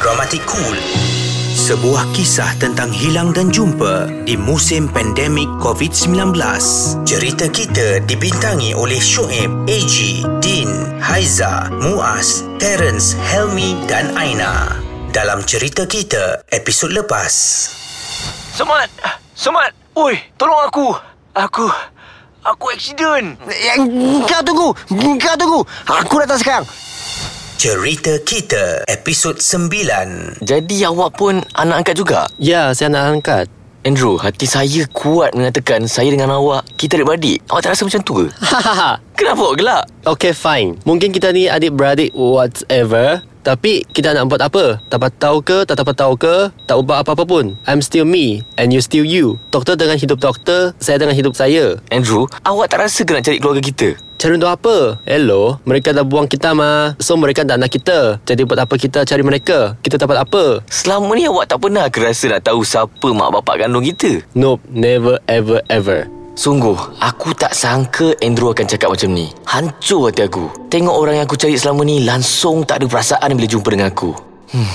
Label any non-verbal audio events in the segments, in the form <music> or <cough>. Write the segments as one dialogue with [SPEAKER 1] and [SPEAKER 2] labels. [SPEAKER 1] Dramatikul sebuah kisah tentang hilang dan jumpa di musim pandemik COVID-19. Cerita kita dibintangi oleh Shoaib, AG, Din, Haiza, Muaz, Terence, Helmi dan Aina. Dalam cerita kita episod lepas.
[SPEAKER 2] Semat! Semat! Oi, tolong aku. Aku aku accident.
[SPEAKER 3] Eh, Kau tunggu Kau tunggu Aku datang sekarang
[SPEAKER 1] Cerita kita episod 9.
[SPEAKER 4] Jadi awak pun anak angkat juga?
[SPEAKER 5] Ya, saya nak angkat. <laughs>
[SPEAKER 4] Andrew, hati saya kuat mengatakan saya dengan awak, kita adik-beradik. Awak tak rasa macam tu ke?
[SPEAKER 5] Hahaha.
[SPEAKER 4] Kenapa awak gelak?
[SPEAKER 5] okay, fine. Mungkin kita ni adik-beradik whatever. Tapi kita nak buat apa? Tak patau ke, tak dapat tahu ke, tak ubah apa-apa pun. I'm still me and you still you. Doktor dengan hidup doktor, saya dengan hidup saya.
[SPEAKER 4] Andrew, awak tak rasa ke nak cari keluarga kita?
[SPEAKER 5] Cari untuk apa? Hello, mereka dah buang kita mah. So mereka dah nak kita. Jadi buat apa kita cari mereka? Kita dapat apa?
[SPEAKER 4] Selama ni awak tak pernah ke rasa nak tahu siapa mak bapak kandung kita?
[SPEAKER 5] Nope, never ever ever.
[SPEAKER 4] Sungguh, aku tak sangka Andrew akan cakap macam ni. Hancur hati aku. Tengok orang yang aku cari selama ni langsung tak ada perasaan bila jumpa dengan aku. Hmm,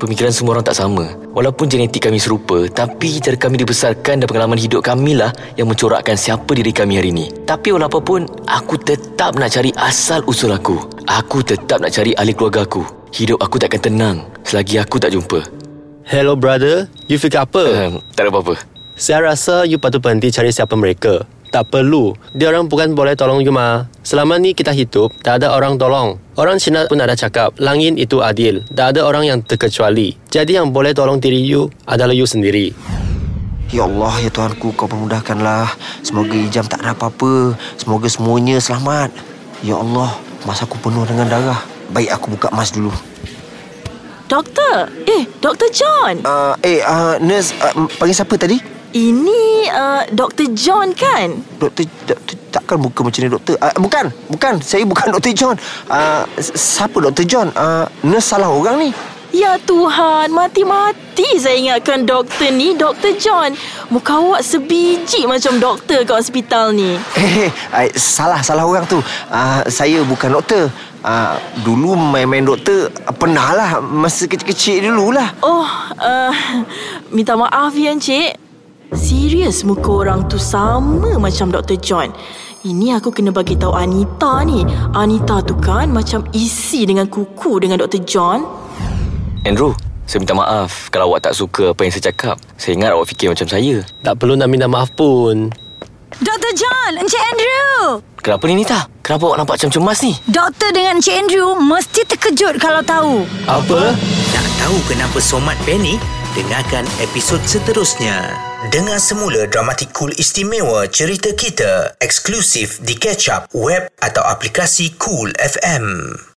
[SPEAKER 4] pemikiran semua orang tak sama. Walaupun genetik kami serupa, tapi cara kami dibesarkan dan pengalaman hidup kami lah yang mencorakkan siapa diri kami hari ni. Tapi walaupun pun, aku tetap nak cari asal usul aku. Aku tetap nak cari ahli keluarga aku. Hidup aku takkan tenang selagi aku tak jumpa.
[SPEAKER 5] Hello brother, you fikir apa?
[SPEAKER 4] Um, tak ada apa-apa.
[SPEAKER 5] Saya rasa you patut berhenti cari siapa mereka. Tak perlu. Dia orang bukan boleh tolong you mah. Selama ni kita hidup, tak ada orang tolong. Orang Cina pun ada cakap, langit itu adil. Tak ada orang yang terkecuali. Jadi yang boleh tolong diri you adalah you sendiri.
[SPEAKER 3] Ya Allah Ya Tuhanku Kau memudahkanlah Semoga Ijam tak ada apa-apa Semoga semuanya selamat Ya Allah Mas aku penuh dengan darah Baik aku buka mas dulu
[SPEAKER 6] Doktor Eh Doktor John
[SPEAKER 3] uh, Eh uh, nurse uh, Panggil siapa tadi?
[SPEAKER 6] Ini uh, Doktor John kan
[SPEAKER 3] Doktor, doktor Takkan muka macam ni doktor uh, Bukan Bukan Saya bukan <laughs> Doktor John uh, Siapa Doktor John? Uh, nurse salah orang ni <laughs>
[SPEAKER 6] Ya Tuhan Mati-mati saya ingatkan doktor ni Doktor John Muka awak sebiji macam doktor kat hospital ni
[SPEAKER 3] Eh, eh, salah salah orang tu. Uh, saya bukan doktor. Uh, dulu main-main doktor uh, pernah lah masa kecil-kecil dululah.
[SPEAKER 6] Oh uh, Minta maaf ya encik Serius muka orang tu sama macam Dr. John Ini aku kena bagi tahu Anita ni Anita tu kan macam isi dengan kuku dengan Dr. John
[SPEAKER 4] Andrew, saya minta maaf kalau awak tak suka apa yang saya cakap. Saya ingat awak fikir macam saya.
[SPEAKER 5] Tak perlu nak minta maaf pun.
[SPEAKER 7] Dr. John, Encik Andrew.
[SPEAKER 4] Kenapa ni Nita? Kenapa awak nampak macam cemas ni?
[SPEAKER 7] Doktor dengan Encik Andrew mesti terkejut kalau tahu.
[SPEAKER 5] Apa?
[SPEAKER 1] Nak tahu kenapa Somat panik? Dengarkan episod seterusnya. Dengar semula dramatik cool istimewa cerita kita eksklusif di Catch Up web atau aplikasi Cool FM.